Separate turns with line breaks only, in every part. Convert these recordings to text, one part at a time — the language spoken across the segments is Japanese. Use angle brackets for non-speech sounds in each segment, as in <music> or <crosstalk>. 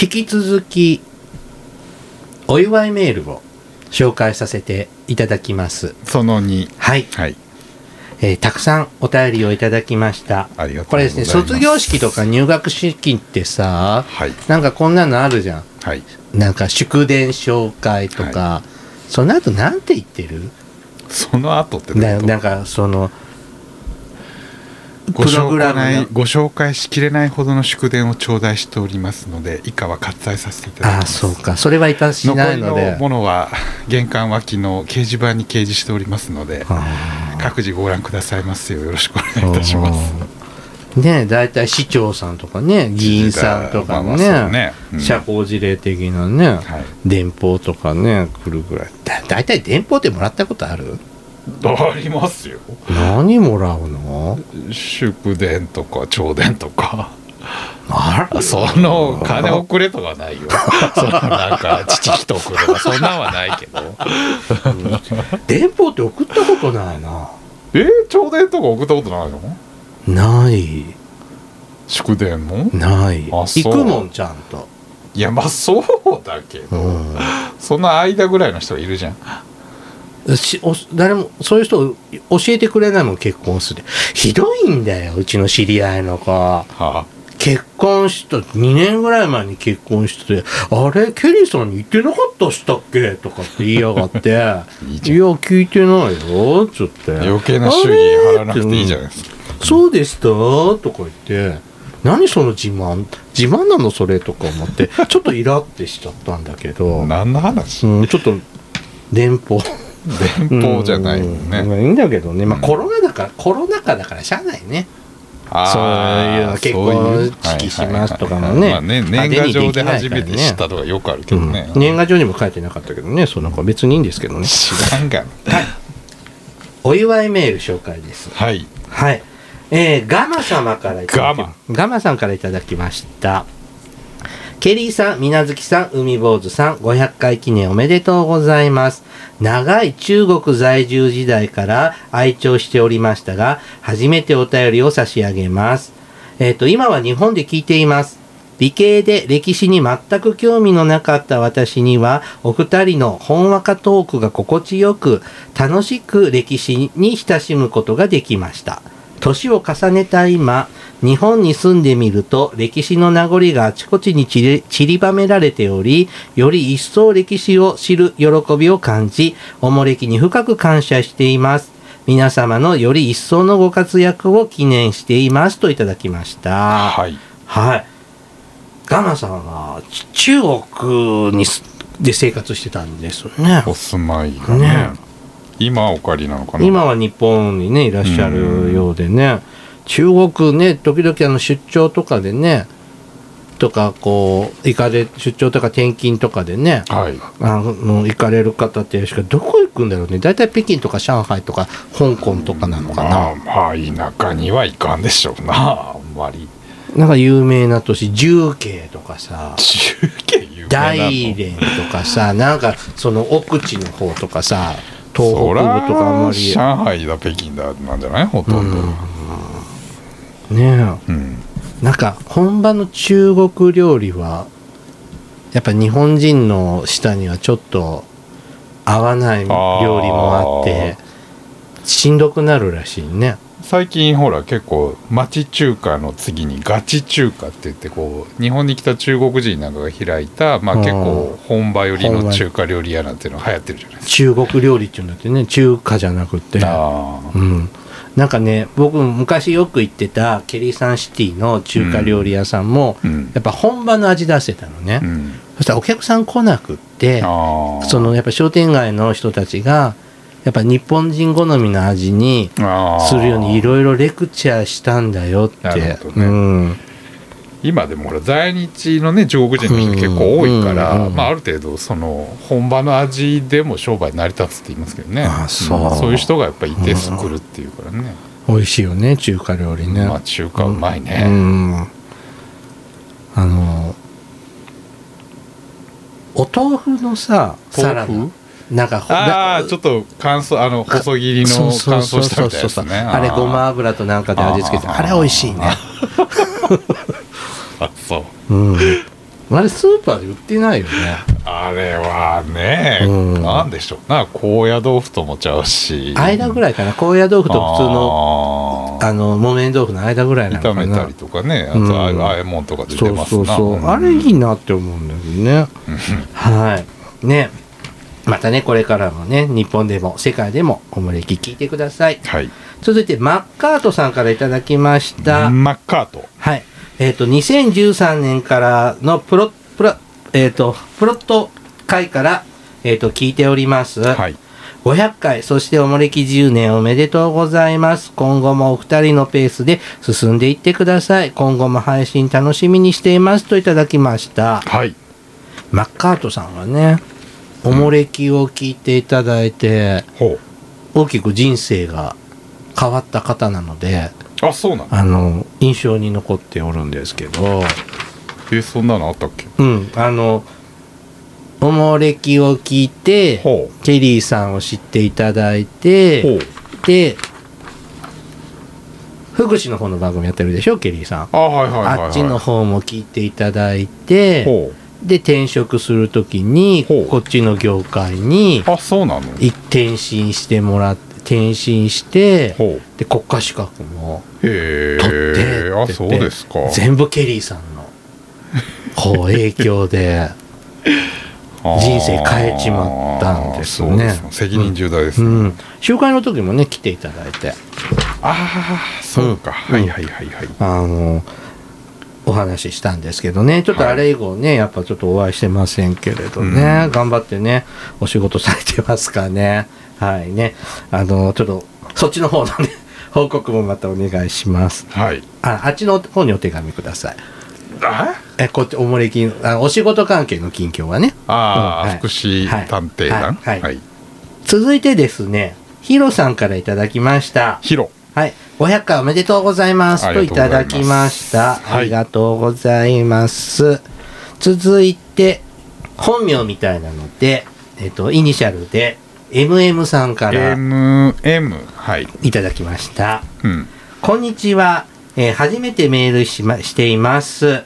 引き続きお祝いメールを紹介させていただきます
その2
はい、
はい
えーたくさんお便りをいただきました
ありがと
こ
うござ
れ
い
で
ます
すね卒業式とか入学式ってさ
はい
なんかこんなのあるじゃん
はい
なんか祝電紹介とか、その後なんて言ってる
その後ってどういう
な
こと
なんかその
ご
プロ
紹
グラム
介
の
ご紹介しきれないほどの祝電を頂戴しておりますので以下は割愛させていただき
あ
ま
あ
す
そうかそれはいたし
残
ない
り
の
の
で
ものは玄関脇の掲示板に掲示しておりますので
あ
各自ご覧くださいますようよろしくお
あ
願いいたします
ねえ大体市長さんとかね議員さんとかね,、
まあまあそうねうん
社交辞令的なね、
はい
電報とかね来るぐらいだ大体電報ってもらったことある
ありますよ
何もらうの
祝電とか朝電とか
あら
その金をくれとか <laughs> ないよそのなんか父人とくれとかそんなんはないけど
電報って送ったことないな
<laughs> え朝電とか送ったことないの
ない
祝電も
ない
あ
行
そう
くもんちゃんと、
いやまあそうだけ
う
ど、
ん、
その間ぐらいの人いるじゃん
しお誰もそういう人教えてくれないもん結婚するひどいんだようちの知り合いの子
は
結婚した2年ぐらい前に結婚してて「あれケリーさんに言ってなかったしたっけ?」とかって言いやがって「いや
<laughs> いいじゃん
聞いてないよ」っつって
あ、余計な祝儀払わなくていいじゃないですか
「そうでした?」とか言って「何その自慢自慢なのそれ」とか思
<laughs>
ってちょっとイラってしちゃったんだけど、
何の話
うん、ちょっと電報
<laughs> 電報じゃないもんね、
うんまあいいんだけどね、まあ、
うん
コロナだから、コロナ禍だからしゃあないねそういうの
あー
結
そういう
婚式しますとかもね
はいはいはいまあ、ね年賀状で初めて知ったとかよくあるけ
う
ど
ん
ね、
年賀状にも書いてなかったけどねその子は別にいいんですけどね
知らんがな
お祝いメール紹介です
はい
はいえー、ガマ様からいただき
ガマ
ガマさんからいただきましたケリーさん、みなずきさん、海坊主さん、500回記念おめでとうございます。長い中国在住時代から愛聴しておりましたが、初めてお便りを差し上げます。えっ、と、今は日本で聞いています。理系で歴史に全く興味のなかった私には、お二人のほんわかトークが心地よく、楽しく歴史に親しむことができました。年を重ねた今、日本に住んでみると歴史の名残があちこちに散り散りばめられており、より一層歴史を知る喜びを感じ、おもれきに深く感謝しています。皆様のより一層のご活躍を記念していますといただきました。
はい
はい。ガマさんはち中国にすで生活してたんですよね。
お住まいがね
ね
今お帰りなのかな
今は日本にねいらっしゃるようでね、中国ね時々あの出張とかでねとかこう行かれ出張とか転勤とかでね
はい
あの行かれる方っていらっしゃるけどどこ行くんだろうね大体北京とか上海とか香港とかなのか
ま
な
あ、まあ田舎には行かんでしょうなあんまり
なんか有名な都市重慶とかさ
中継有名な
大
の
連とか
<laughs>
さなんかその奥地の方とかさ東北
そ
部
り
と
ゃ
かあんまり
上海だ北京だなんじゃないほとんど
ねえ
うん
なんか本場の中国料理はやっぱ日本人の舌にはちょっと合わない料理もあってしんどくなるらしいね
最近ほら結構町中華の次にガチ中華って言ってこう日本に来た中国人なんかが開いたまあ
うん
結構本場寄り
本
の
場
中華料理屋なんていうの流行ってるじゃないです
中国料理っていうんだってね中華じゃなくて
か。あー
うんなんかね僕昔よく行ってたケリーサンシティの中華料理屋さんも、
うん
やっぱ本場の味出してたのね、
うん
そしたらお客さん来なくって
あー
そのやっぱ商店街の人たちがやっぱ日本人好みの味に
あー
するようにいろいろレクチャーしたんだよって、
なるほどね
うん
今でもほら在日のね中国人の人結構多いから、
うんうん
まあ、ある程度その本場の味でも商売成り立つって言いますけどね
あそうん
そういう人がやっぱいて作るっていうからね、
美味しいよね中華料理ね、
まあ中華うまいね、
うんあのお豆腐のさサラダ
豆腐
なんかほ
ああ
な
ちょっと乾燥あの細切りの
そ
乾
うそうそ
燥
う
した
そ
み
う
たいなや
そうあれ
つね
ごま
あ
油となんかで味付けて
あー
あれ美味しいね
ーあそう
うんあれスーパーで売ってないよね
あれはね、
うん
なんでしょうな高野豆腐ともちゃうし
間ぐ
い
らいかな高野豆腐と普通の
の
あの木綿豆腐の間ぐらいなの
炒
か
め
な
たりとかねあ
うん
とああいうあえもんとか出
そ
て
う
ま
そ
す
う
な
そう、
ん
あれいいなって思うんだけどねはいねまたねこれからもね日本でも世界でもおもれき聞いてください
はい
続いてマッカートさんからいただきました、
マッカート
はいえっ、と2013年からのプロプロえっ、とプロット回からえっ、と聞いております、
はい
500回、そしておもれき10年おめでとうございます。今後もお二人のペースで進んでいってください。今後も配信楽しみにしていますといただきました。
はい
マッカートさんはね、おもれきを聞いていただいて、
ほ
大きく人生が変わった方なので、
うあそうなんだ
あの、印象に残っておるんですけど、
えそんなのあったっけ
うん、あの、おもれきを聞いて、
ほう
ケリーさんを知っていただいて、
ほう
で福祉の方の番組やってるでしょケリーさん、
あはいはいはい、はい、
あっちの方も聞いていただいて
ほ
で転職する時に
ほう
こっちの業界に
うあそうなの
一転身してもらって転身して
ほう
で国家資格も
へ
取ってって
え
言っ
あ
て
そうですか
全部ケリーさんのこう影響
<laughs>
で
あー
人生変えちまったんですね
そう責任重大です
う
ね、
ん集会の時もね来ていただいて
ああそうか、
うん
はいはいはいはい
あのお話ししたんですけどねちょっとあれ以降ね、やっぱちょっとお会いしてませんけれどね、
うん
頑張ってねお仕事されてますかねはいねあのちょっとそっちの方のね報告もまたお願いします
はい
ああっちの方にお手紙ください
あ
えこっちおもれきあお仕事関係の近況はね
あー、
うんはい
福祉探偵団
はいはい
は
はい
い
続いてですねヒロさんからいただきました
ヒロ
はい、500回おめでとうございます
あ
と
り
い
がとうござ
た
います
だきました。
はい
ありがとうございます。続いて、本名みたいなので、えっと、イニシャルで、MM さんからい
MM はい
ただきました。
うん
こんにちは。えー初めてメールし,、ま、しています。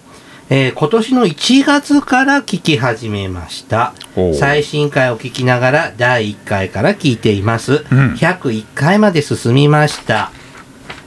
えー今年の1月から聞き始めました
おう。
最新回を聞きながら第1回から聞いています。
うん
101回まで進みました。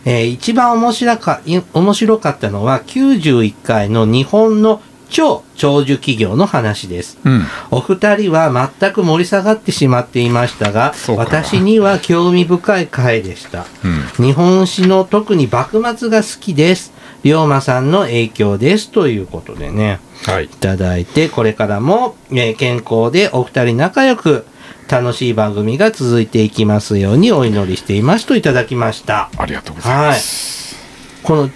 えー一番面白かい面白かったのは91回の日本の超長寿企業の話です。
うん
お二人は全く盛り下がってしまっていましたが
そう、か
私には興味深い回でした。
うん
日本史の特に幕末が好きです。龍馬さんの影響です。ということでね、
はい
いただいて、これからも、えー健康でお二人仲良く、楽しい番組が続いていきますようにお祈りしていますといただきました。
ありがとうございます、
この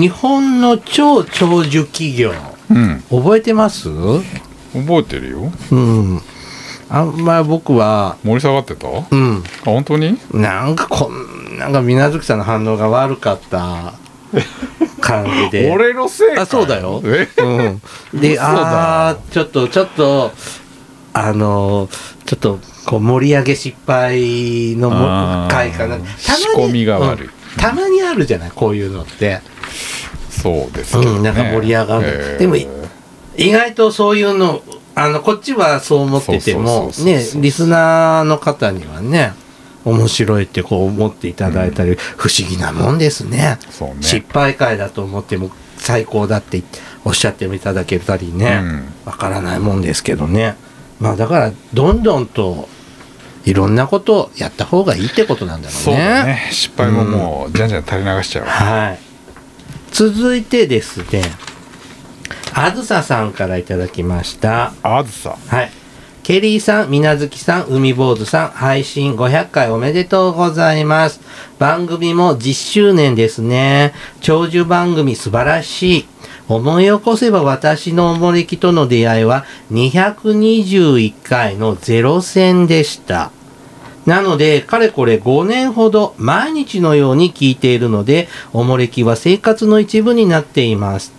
日本の超長寿企業、
うん
覚えてます
覚えてるよ
うん。あんまり僕は、
盛り下がってたあ
うん。
本当に
なんかこん、なんか水無月さんの反応が悪かった感じで。
<laughs> 俺のせいかよ
あそうだよ
え
うん、で
嘘だ
あーちょっとちょっとあのーちょっとこう盛り上げ失敗の
あ
も
ー
回かなたまに
仕込みが悪
う
い
んたまにあるじゃないこういうのって
そうですけどね
うんなんか盛り上がるでも意外とそういうのあのこっちはそう思ってても
そうそうそう
ね
そうそう
リスナーの方にはね面白いってこう思っていただいたり、不思議なもんですね
そうね
失敗回だと思っても最高だっておっしゃっていただけたりね、わからないもんですけどねまあだからどんどんといろんなことをやった方がいいってことなんだろうね
そうだね失敗ももうじゃんじゃん垂れ流しちゃう
はい続いてですねあずささんからいただきました
あずさ
はいケリーさん、みなずきさん、海坊主さん、配信500回おめでとうございます。番組も10周年ですね。長寿番組素晴らしい。思い起こせば私のおもれきとの出会いは221回のゼロ戦でした。なので、かれこれ5年ほど毎日のように聞いているので、おもれきは生活の一部になっています。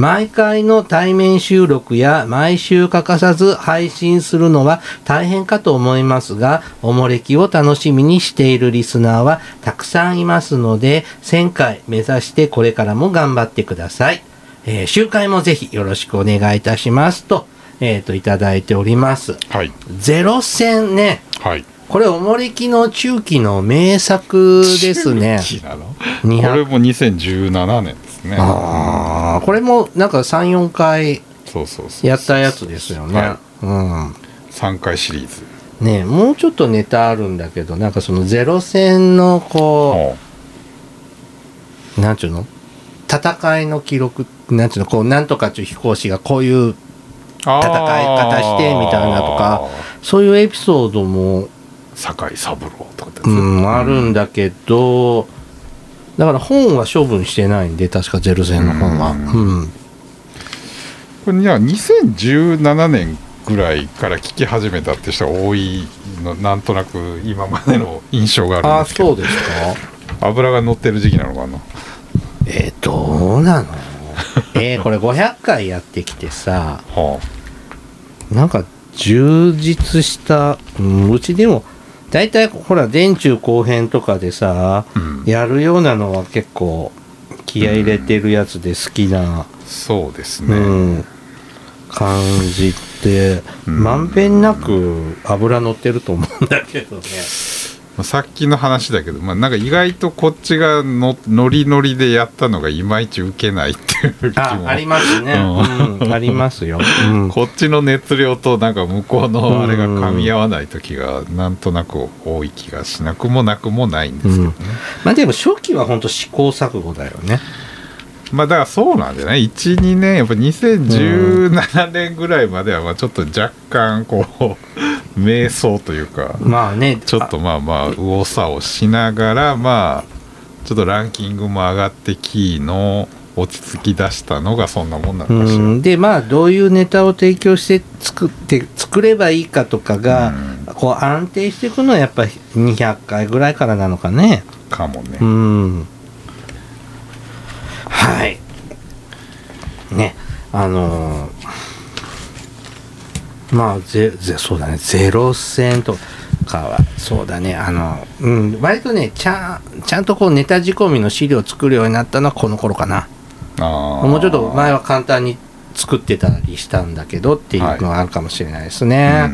毎回の対面収録や毎週欠かさず配信するのは大変かと思いますが、おもれきを楽しみにしているリスナーはたくさんいますので、1000回目指してこれからも頑張ってください。えー集会もぜひよろしくお願いいたしますと、えっ、と、いただいております。
はい
ゼロ戦ね。
はい
これ、おもれきの中期の名作ですね。
中期なのこ
200
れも2017年ですね
ああ、これもなんか3、4回
そうそうそう
やったやつですよね。
は
うん。
3回シリーズ
ねえもうちょっとネタあるんだけど、なんかそのゼロ戦のこ
おう
う、なんちゅうの戦いの記録、なんちゅうのこう、なんとかちゅう飛行士がこういう、
あー
戦い方してみたいなとかそういうエピソードも、
酒井三郎とかってやつ
うん、あるんだけど、だから本は処分してないんで、確かゼロ戦の本は。
うん
うん
これじゃあ2017年ぐらいから聞き始めたって人が多いのなんとなく今までの印象がある
あ
ん
あ、
ですけど
そうですか
油が乗ってる時期なのかな
えー、どう
<laughs>
なのえー、これ500回やってきてさ、
は
なんか充実した、うん、うちでも、だいたいほら、電柱後編とかでさ、
あ、うん、
やるようなのは結構気合い入れてるやつで好きな、
そうです
う
ね、
ん、感じって、
うん
まんべんなく油乗ってると思うんだけどね。
まあさっきの話だけど、まあ、なんか意外とこっちがのノリノリでやったのがいまいち受けないっていう気
あ、
も
ありますね。
うん
うん、ありますよ。うん
<laughs> こっちの熱量となんか向こうのあれが噛み合わない時がなんとなく多い気がしなくもなくもないんですけどね、
まあでも初期は本当試行錯誤だよね。
まあだからそうなんじゃない12年やっぱ2017年ぐらいまではまあちょっと若干こう <laughs> 迷走というか
まあね、
ちょっとまあまあ右往左往しながらまあちょっとランキングも上がってキーの落ち着き出したのがそんなもんなのかしら、
うん、でまあどういうネタを提供して作って作ればいいかとかが、こう安定していくのはやっぱり200回ぐらいからなのかね
かもね、
うんはいねあのーまあぜぜそうだねゼロ戦とかはそうだねあの、うん、割とねちゃんちゃんとこうネタ仕込みの資料を作るようになったのはこの頃かな
あー
もうちょっと前は簡単に作ってたりしたんだけどっていうのはあるかもしれないですね。は、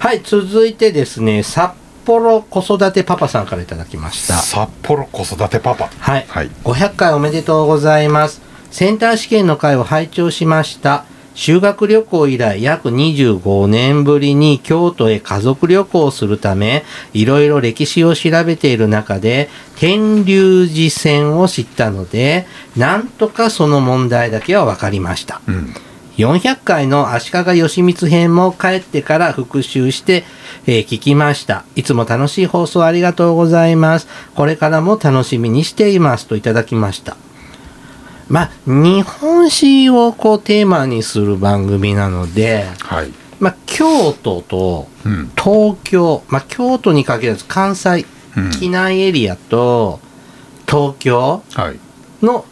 はいいうん
続いてですね、札幌子育てパパさんからいただきました。
札幌子育てパパ
はい。
はい
500回おめでとうございます。センター試験の会を拝聴しました。修学旅行以来約25年ぶりに京都へ家族旅行をするため、いろいろ歴史を調べている中で、天竜寺線を知ったので、なんとかその問題だけは分かりました。
うん
400回の足利義満編も帰ってから復習して、えー聞きました。いつも楽しい放送ありがとうございます。これからも楽しみにしていますといただきました。まあ、日本史をこうテーマにする番組なので、
はい
まあ、京都と
うん
東京、まあ、京都に限らず関西、
うん
機内エリアと東京、
はい
の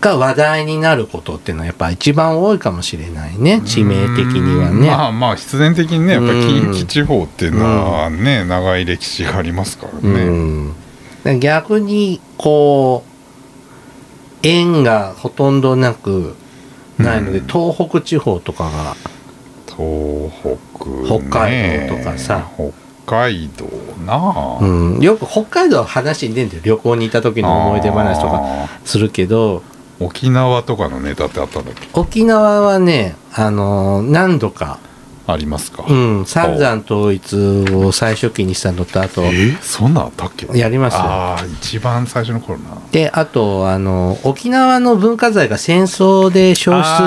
が話題になることっていうのはやっぱ一番多いかもしれないね致命的には
うんま
ね。
あまあ必然的にねやっぱり
うん
近畿地方っていうのはね、長い歴史がありますから
う
ね、
んで逆にこう縁がほとんどなくないので、
うん
東北地方とかが
東北、ね、
北海道とかさ
北海道なあ、
うん、よく北海道は話に出るんだよ旅行に行った時の思い出話とか
あ
するけど
ー沖縄とかのネタってあったんだっけ
沖縄はね、あのー何度か、
ありますか、
うん、三山統一を最初期にしたのとあと
えーそんなんあったっけ
やりますよ
ああ一番最初の頃な
で、あと、あの、沖縄の文化財が戦争で消失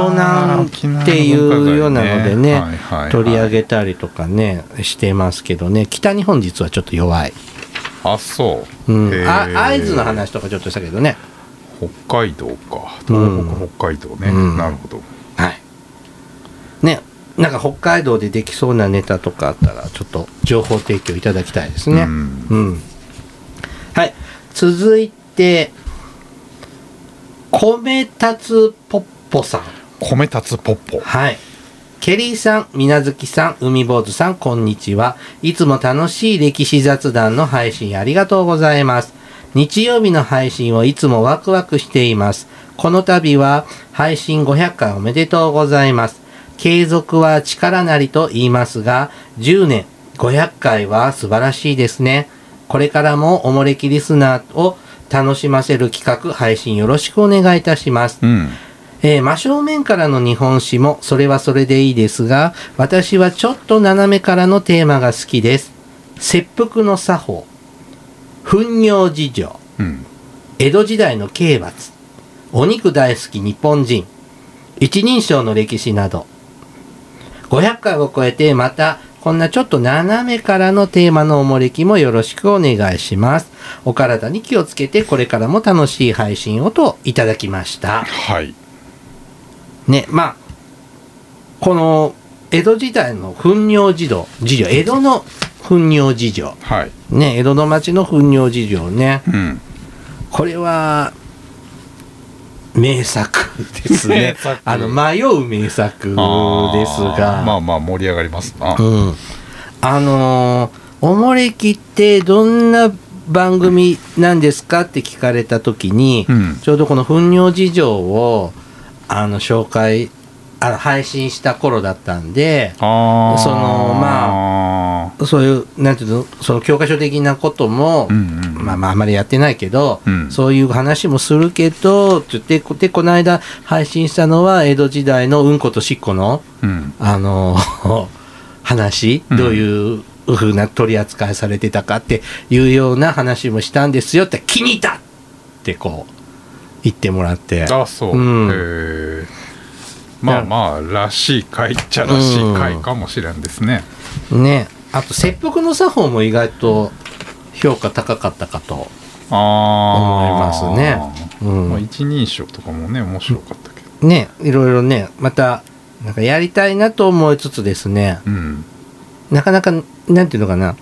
盗難っていうようなのでね、取り上
げ
げたりとかね、してますけどね、北日本実はちょっと弱い。。
あそううん
あ、会津の話とかちょっとしたけどね。
北海道か東北、
うん
北海道ね、
うん
なるほど
はい。ね、なんか北海道でできそうなネタとかあったら、ちょっと情報提供いただきたいですね。
うん
うん。はい。続いて、米立つポッポさん。
米立つポッポ
はい。ケリーさん、みなずきさん、海坊主さん、こんにちは。いつも楽しい歴史雑談の配信ありがとうございます。日曜日の配信をいつもワクワクしています。この度は配信500回おめでとうございます。継続は力なりと言いますが、10年500回は素晴らしいですね。これからもおもれきリスナーを楽しませる企画配信よろしくお願いいたします。
うん
えー真正面からの日本史もそれはそれでいいですが、私はちょっと斜めからのテーマが好きです。切腹の作法、糞尿事情、
うん
江戸時代の刑罰、お肉大好き日本人、一人称の歴史など、500回を超えてまた、こんなちょっと斜めからのテーマのおもれきもよろしくお願いします。お体に気をつけてこれからも楽しい配信をといただきました。
はい
ねまあこの江戸時代の糞尿事情事情江戸の糞尿事情
はい
ね江戸の町の糞尿事情ね
うん
これは名作です
名
ね
作
あの迷う名作です
あー
が
まあまあ盛り上がりますな、
うん、あのーおもれきってどんな番組なんですかって聞かれた時に、
うん
ちょうどこの「糞尿事情を」あの紹介あの配信した頃だったんで
ああ
その
まあ
そういうなんていうのその教科書的なことも、
うんうん
まあまああまりやってないけど、
うん
そういう話もするけどって言ってこでこの間配信したのは江戸時代のうんことしっこの
うん
あの <laughs> 話
うん
どういうふうな取り扱いされてたかっていうような話もしたんですよって気に入ったってこう言ってもらって
あそう、
うん
へえまあまあらしい回っちゃらしい回かもしれんですね、
ねあと切腹の作法も意外と評価高かったかと、
ああ
思いますねうん
まあ、一人称とかもね面白かったけど
ねいろいろねまたなんかやりたいなと思いつつですね
うん
なかなかなんていうのかな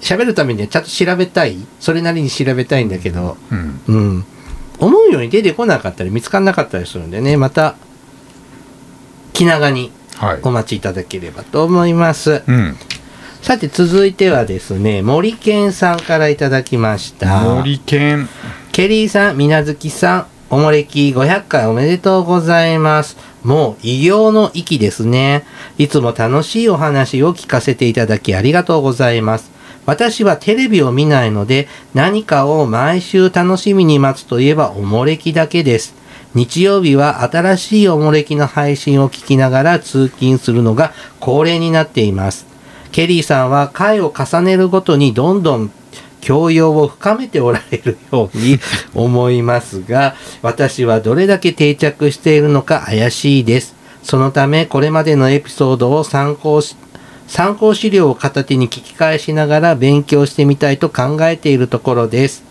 喋るためにはちゃんと調べたいそれなりに調べたいんだけど、
うん
うん、思うように出てこなかったり見つからなかったりするんでねまた気長に
はい
お待ちいただければと思います
うん
さて続いてはですね森健さんからいただきました
森健
ケリーさん、みなずきさん、おもれき500回おめでとうございます。もう異形の域ですね。いつも楽しいお話を聞かせていただきありがとうございます。私はテレビを見ないので何かを毎週楽しみに待つといえばおもれきだけです。日曜日は新しいおもれきの配信を聞きながら通勤するのが恒例になっています。ケリーさんは回を重ねるごとにどんどん教養を深めておられるように思いますが、私はどれだけ定着しているのか怪しいです。そのため、これまでのエピソードを参考し、参考資料を片手に聞き返しながら勉強してみたいと考えているところです。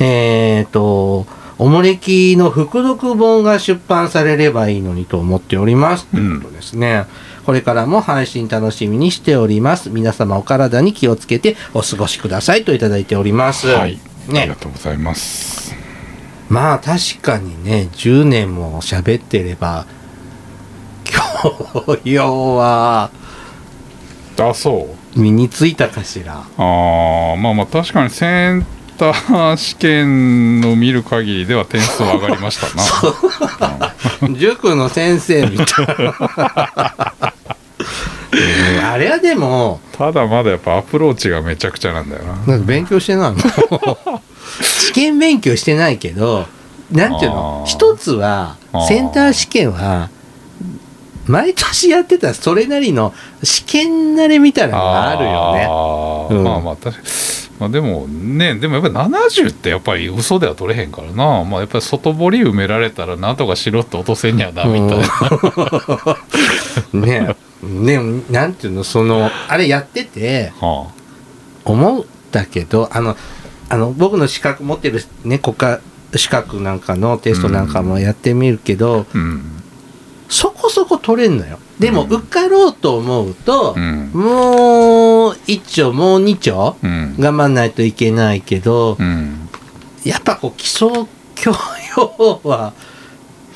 えーと、おもれきの副読本が出版されればいいのにと思っております。と
うん
いうことですね。これからも配信楽しみにしております。皆様お体に気をつけてお過ごしくださいといただいております。
はい、あり
ね
が。とうございます
まあ確かにね、10年も喋ってれば、 <laughs> 教養は
あそう
身についたかし
<laughs>
ら。
あーまあまあ確かにセンター試験の見る限りでは点数は上がりました
<laughs>
な
塾の先生みたい
<laughs>
な。ねあれはでも、
ただまだやっぱアプローチがめちゃくちゃなんだよな
なんか勉強してないの試験勉強してないけど、なんていうの
あー
一つは
あ、ー
センター試験は、毎年やってたらそれなりの試験慣れみたいなのがあるよね。
ー
うん
まあまあ確かにまあでもねでもやっぱり70ってやっぱり嘘では取れへんからなまあやっぱり外堀埋められたらなんとかしろって落とせんにはだみたい <laughs> な
ねねなんていうのそのあれやってて
は
思ったけどあのあの僕の資格持ってる、ね、国家資格なんかのテストなんかもやってみるけど、
あうん
そこそこ取れんのよでも、
うん
受かろうと思うと
う、ん
もう1丁もう2丁
うん
頑張んないといけないけど、
うん
やっぱこう基礎教養は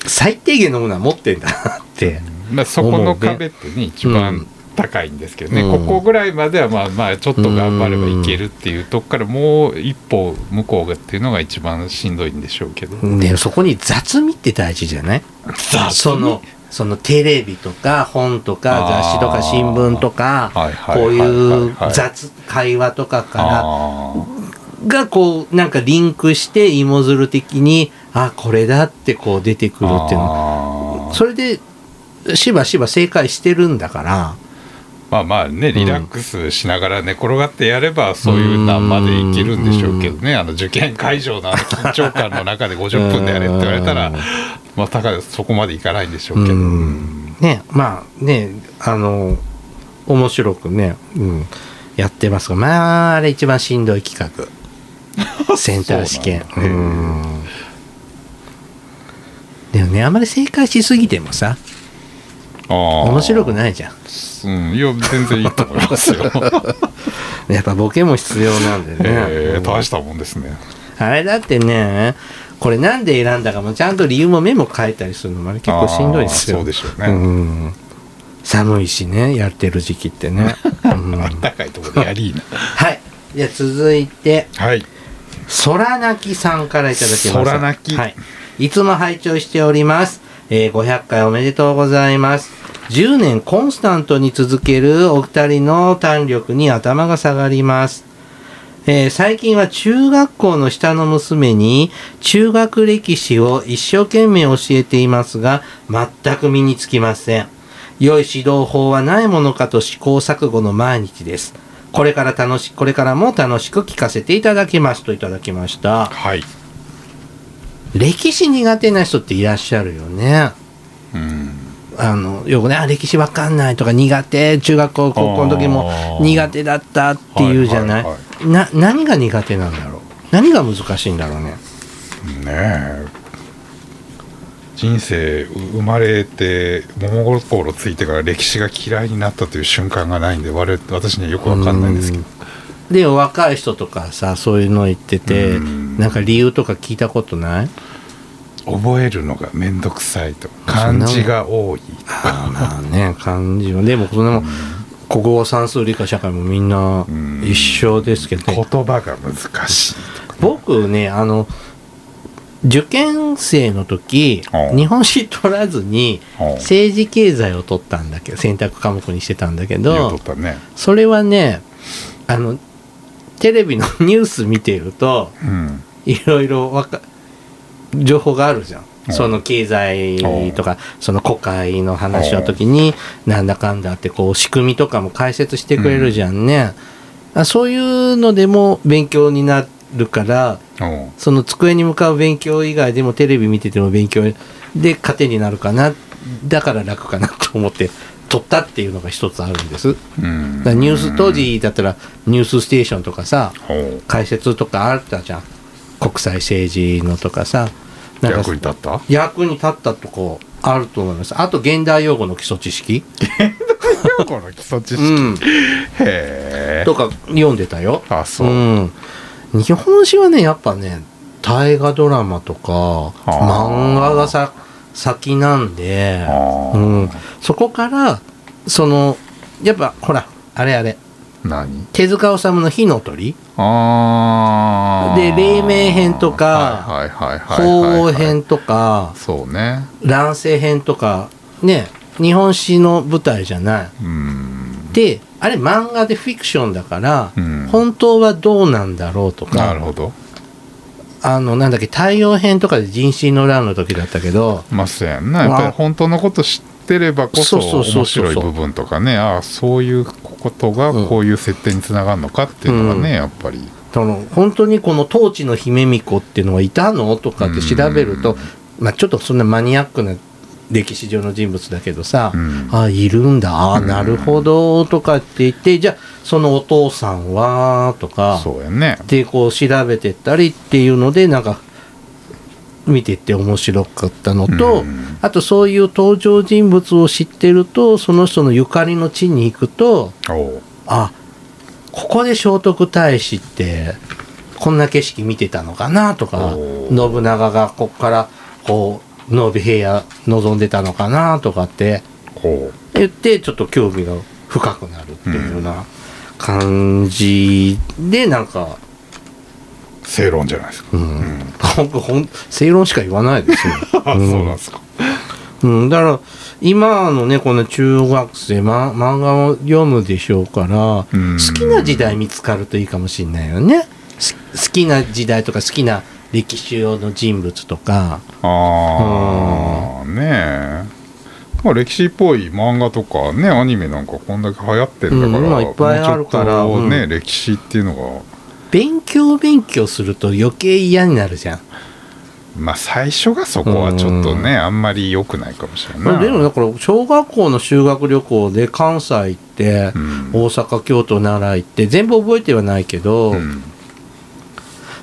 最低限のものは持ってんだなって。
まあそこの壁ってね一番高いんですけどね、
うん
ここぐらいまではまあまあちょっと頑張ればいけるっていうとこからもう一歩向こうがっていうのが一番しんどいんでしょうけど、
でそこに雑味って大事じゃない
雑味
そのそのテレビとか本とか
あー
雑誌とか新聞とか
はいはい
こう
はいはい
い
はいう
雑会話とかから
あ
がこうなんかリンクして芋づる的にあこれだってこう出てくるっていうの
あー
それでしばしば正解してるんだから
まあまあねリラックスしながら寝転がってやればそういう段までいけるんでしょうけどねあの受験会場のあの緊張感の中で50分でやれって言われた
う
ら
ん
まあたかそこまでいかないんでしょ
う
うけど。
んねまあねあの面白くね、うん、やってますがまああれ一番しんどい企
<laughs>
画センター試験
そうなんだ
うんでもねあんまり正解しすぎてもさ面
面
白くないじゃん
うん、いや全然いいと思いますよ。
やっぱボケも必要なんでね、
えー、大したもんですね。
あれだってね、これなんで選んだかも、ちゃんと理由もメモ書いたりするのもあれ結構しんどいですよ。
あーそうでしょうね。
うん寒いしね、やってる時期って
<laughs>
ね。うん
あったかいところでやりーな。
はい。じゃあ続いて、
はい。
空泣きさんからいただきました。
空泣き
はい。いつも拝聴しております。えー500回おめでとうございます。10年コンスタントに続けるお二人の胆力に頭が下がります。えー最近は中学校の下の娘に中学歴史を一生懸命教えていますが、全く身につきません。良い指導法はないものかと試行錯誤の毎日です。これから楽し、これからも楽しく聞かせていただきますといただきました。
はい。
歴史苦手な人っていらっしゃるよね。
うん。
あの、よくね、あ歴史わかんないとか苦手、中学校、高校の時も
あー
苦手だったっていうじゃない。
はいは
な、何が苦手なんだろう何が難しいんだろうね。
ねえ。人生う生まれて物心ついてから歴史が嫌いになったという瞬間がないんで我々私にはよくわかんないんですけど
で、若い人とかさ、そういうの言ってて、
うん
なんか理由とか聞いたことない
覚えるのが面倒くさいとか
そんなもん
漢字が多いとか
まあね、
<laughs>
漢字は。でも、その、国語、算数、理科、社会もみんな
うん
一緒ですけど、
言葉が難しいとか
僕ねあの受験生の時
うん
日本史取らずに
うん
政治経済を取ったんだけど選択科目にしてたんだけ
言うと
ど
ったね。
それはねあのテレビの <laughs> ニュース見てると
うん
いろいろわか情報があるじゃん。
うん
その経済とか、その国会の話の時に、なんだかんだって、こう、仕組みとかも解説してくれるじゃんね。あそういうのでも勉強になるから、
うん
その机に向かう勉強以外でもテレビ見てても勉強で糧になるかなだから楽かなと思って撮ったっていうのが一つあるんですだ
うん
からニュース当時だったら「ニュースステーション」とかさ
ほう
解説とかあったじゃん国際政治のとかさなんか
役に
<laughs>
立った
役に立ったとこあると思いますあと現代用語の基礎知識、
この基礎知
う
識、
ん、
へえ
とか読んでたよ
あそう、
ん、日本史はねやっぱね大河ドラマとか
あー
漫画がさ先なんで、
あ
う
ー
ん、そこからそのやっぱほらあれあれ
何
手塚治虫の「火の鳥
あー
で黎明編とか
はいはい」はいはいはい
鳳
はい
凰編とか
そうね
乱世編とかね日本史の舞台じゃない。
うん
であれ漫画でフィクションだから、
うん
本当はどうなんだろうとか
なるほど
あの、なんだっけ、太陽編とかで人心の乱の時だったけど、
まあそうやんなやっぱ
まあ
り本当のこと知ってればこそ
そうそうそう
面
そう
白い部分とかねああそういうことが
うん
こういう設定につながるのかっていうのがね、
うん
やっぱり
その、本当にこの当地の姫巫女っていうのがいたのとかって調べると、まあちょっとそんなマニアックな歴史上の人物だけどさ、
うん
あ、いるんだ、あ
うん
なるほど、とかって言って、じゃあ、そのお父さんは、とか、
そうやね
で、こう調べてったりっていうので、なんか、見てって面白かったのと、
うん
あとそういう登場人物を知ってると、その人のゆかりの地に行くと、
おう
あここで聖徳太子ってこんな景色見てたのかなとか
おー
信長がここからこう濃尾平野望んでたのかなとかって
おう
言ってちょっと興味が深くなるっていうような感じで、なんか、
正論じゃないですか、
う
うん
<laughs>
ん、
僕、ほん、正論しか言わない
<laughs>
ですね。
あそうなんですか
うん、だから今のねこの中学生、ま、漫画を読むでしょうから
うん
好きな時代見つかるといいかもしれないよねす好きな時代とか好きな歴史上の人物とか
ああねえまあ歴史っぽい漫画とかねアニメなんかこんだけ流行ってんだから、
うんまあいっぱいあるから
もうちょっとね、
うん
歴史っていうの
勉強勉強すると余計嫌になるじゃん、
がまあ最初がそこはちょっとね、あんまり良くないかもしれ
ま
な
あ
い
でもだから小学校の修学旅行で関西行って、
うん
大阪京都奈良行って全部覚えてはないけど、
うん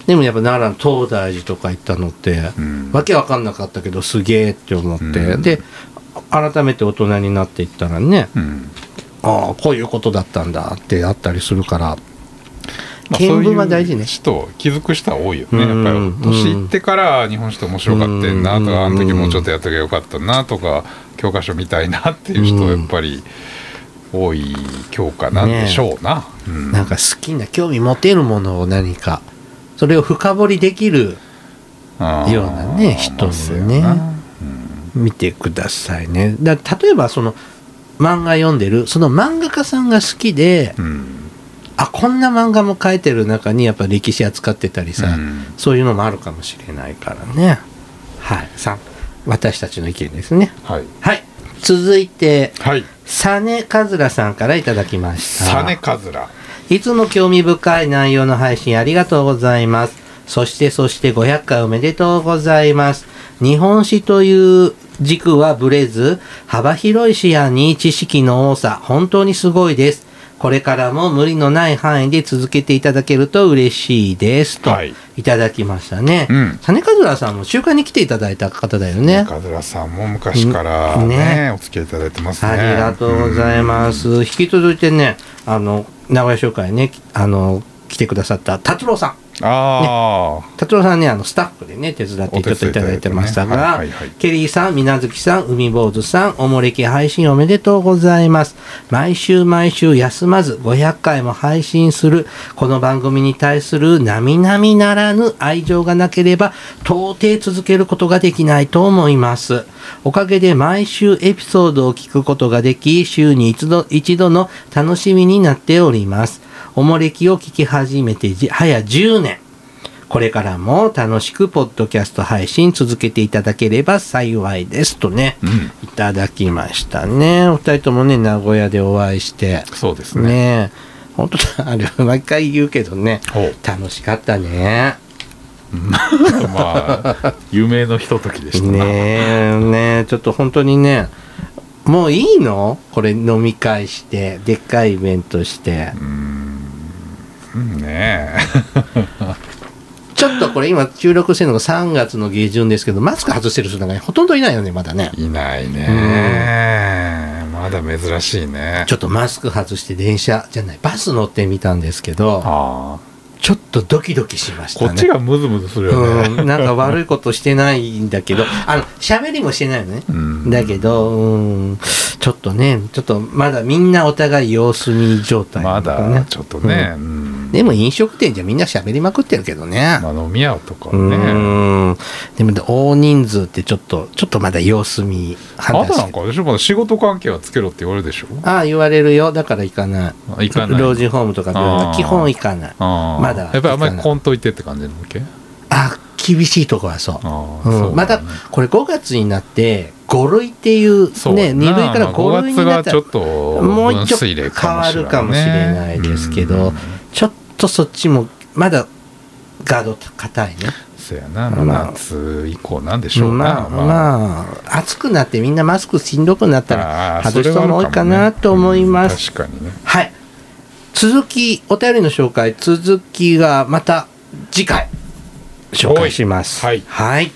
でもやっぱ奈良の東大寺とか行ったのって、
うん
わけわかんなかったけどすげえって思って、
うん
で改めて大人になっていったらね
うん
ああこういうことだったんだってあったりするから
まあ
見聞は大事ね
そういう人気づく人は多いよね、
うん
やっぱり年いってから日本史って面白かったよなとか、
うん
あの時もうちょっとやっときゃよかったなとか教科書見たいなっていう人はやっぱり多い教科なんでしょうな、うん
なんか好きな興味持てるものを何かそれを深掘りできる
あー
ようなね人もね
まあそうやな
見てくださいねだ例えばその漫画読んでるその漫画家さんが好きで、
うん
あこんな漫画も描いてる中にやっぱ歴史扱ってたりさ、
うん
そういうのもあるかもしれないからねはいさん私たちの意見ですね
はい
はい。続いて、
はい
サネカズラさんからいただきました。
サネカズラ
いつも興味深い内容の配信ありがとうございます。そしてそして500回おめでとうございます。日本史という軸はブレず、幅広い視野に知識の多さ、本当にすごいです。これからも無理のない範囲で続けていただけると嬉しいです。と、
はい
い、ただきましたね。
うん
サネカズラさんも週刊に来ていただいた方だよね。
サネカズラさんも昔からね
ね
お付き合いいただいてますね
ありがとうございます。引き続いてね、あの、名古屋商会ね、きあの、来てくださった達郎さん。
うんああ、
達郎さんね、あの、スタッフでね、手伝ってちょっといただいてました
お
が
手伝いいただいてねはいはいはい、
ケリーさん、水無月さん、海坊主さん、おもれき配信おめでとうございます。毎週毎週休まず500回も配信する、この番組に対する並々ならぬ愛情がなければ、到底続けることができないと思います。おかげで毎週エピソードを聞くことができ、週に一度、一度の楽しみになっております。おもれきを聞き始めてじ、早10年。これからも楽しくポッドキャスト配信続けていただければ幸いですとね、
うん
いただきましたね。お二人ともね、名古屋でお会いして。
そうですね
ねえ。本当だ、あれ、毎回言うけどね
ほう。
楽しかったね。
まあ有名のひとときでしたな、
ねえ、ねえ、ちょっと本当にね、もういいのこれ飲み会して、でっかいイベントして。
うんね <laughs>
ちょっとこれ今収録してるのが3月の下旬ですけど、マスク外してる人なんかほとんどいないよね、まだね。
えいないねまだ珍しいね
<laughs> ちょっとマスク外して電車じゃないバス乗ってみたんですけど
ああ
ちょっとドキドキしました
こ
ね
っちがムズムズするよね、
うん、なんか悪いことしてないんだけ
<laughs>
どあの喋りもしてないのね、
うん
だけどうんちょっとねちょっとまだみんなお互い様子見状態な
ま
のかな
だちょっとね、う
うん
ん
でも飲食店じゃみんな喋りまくってるけどね、
まあ、飲み屋とか
う
ね
んでも大人数ってちょっとちょっとまだ様子見
あなたなん
話
かあれでしょまだ仕事関係はつけろって言われるでしょ
ああ言われるよだから行かない
あ行かない
老人ホームとか病院は
あー
基本行かない
ああ
まだ
やっぱりあんまりこんといてって感じなわけ
あ厳しいとこはそう
ああ
うん
そう
またこれ5月になって5類っていう
そう
ね
やな
2類から5類になったら
まあ五月がちょっと
もう一
分
丁
水
変
嶺
わるかもしれないですけ
うんうんう
ど
ん
ちょっとそっちもまだガード硬いね
そうやな、
まあ
夏以降なんでしょうな、
まあまあ暑くなってみんなマスクしんどくなった
あ
ら
あ
外す人も多いか
それはあ
な
るもね
と思います
うん確かにね
はい。続き、お便りの紹介、続きがまた次回紹介します。
はい
はい。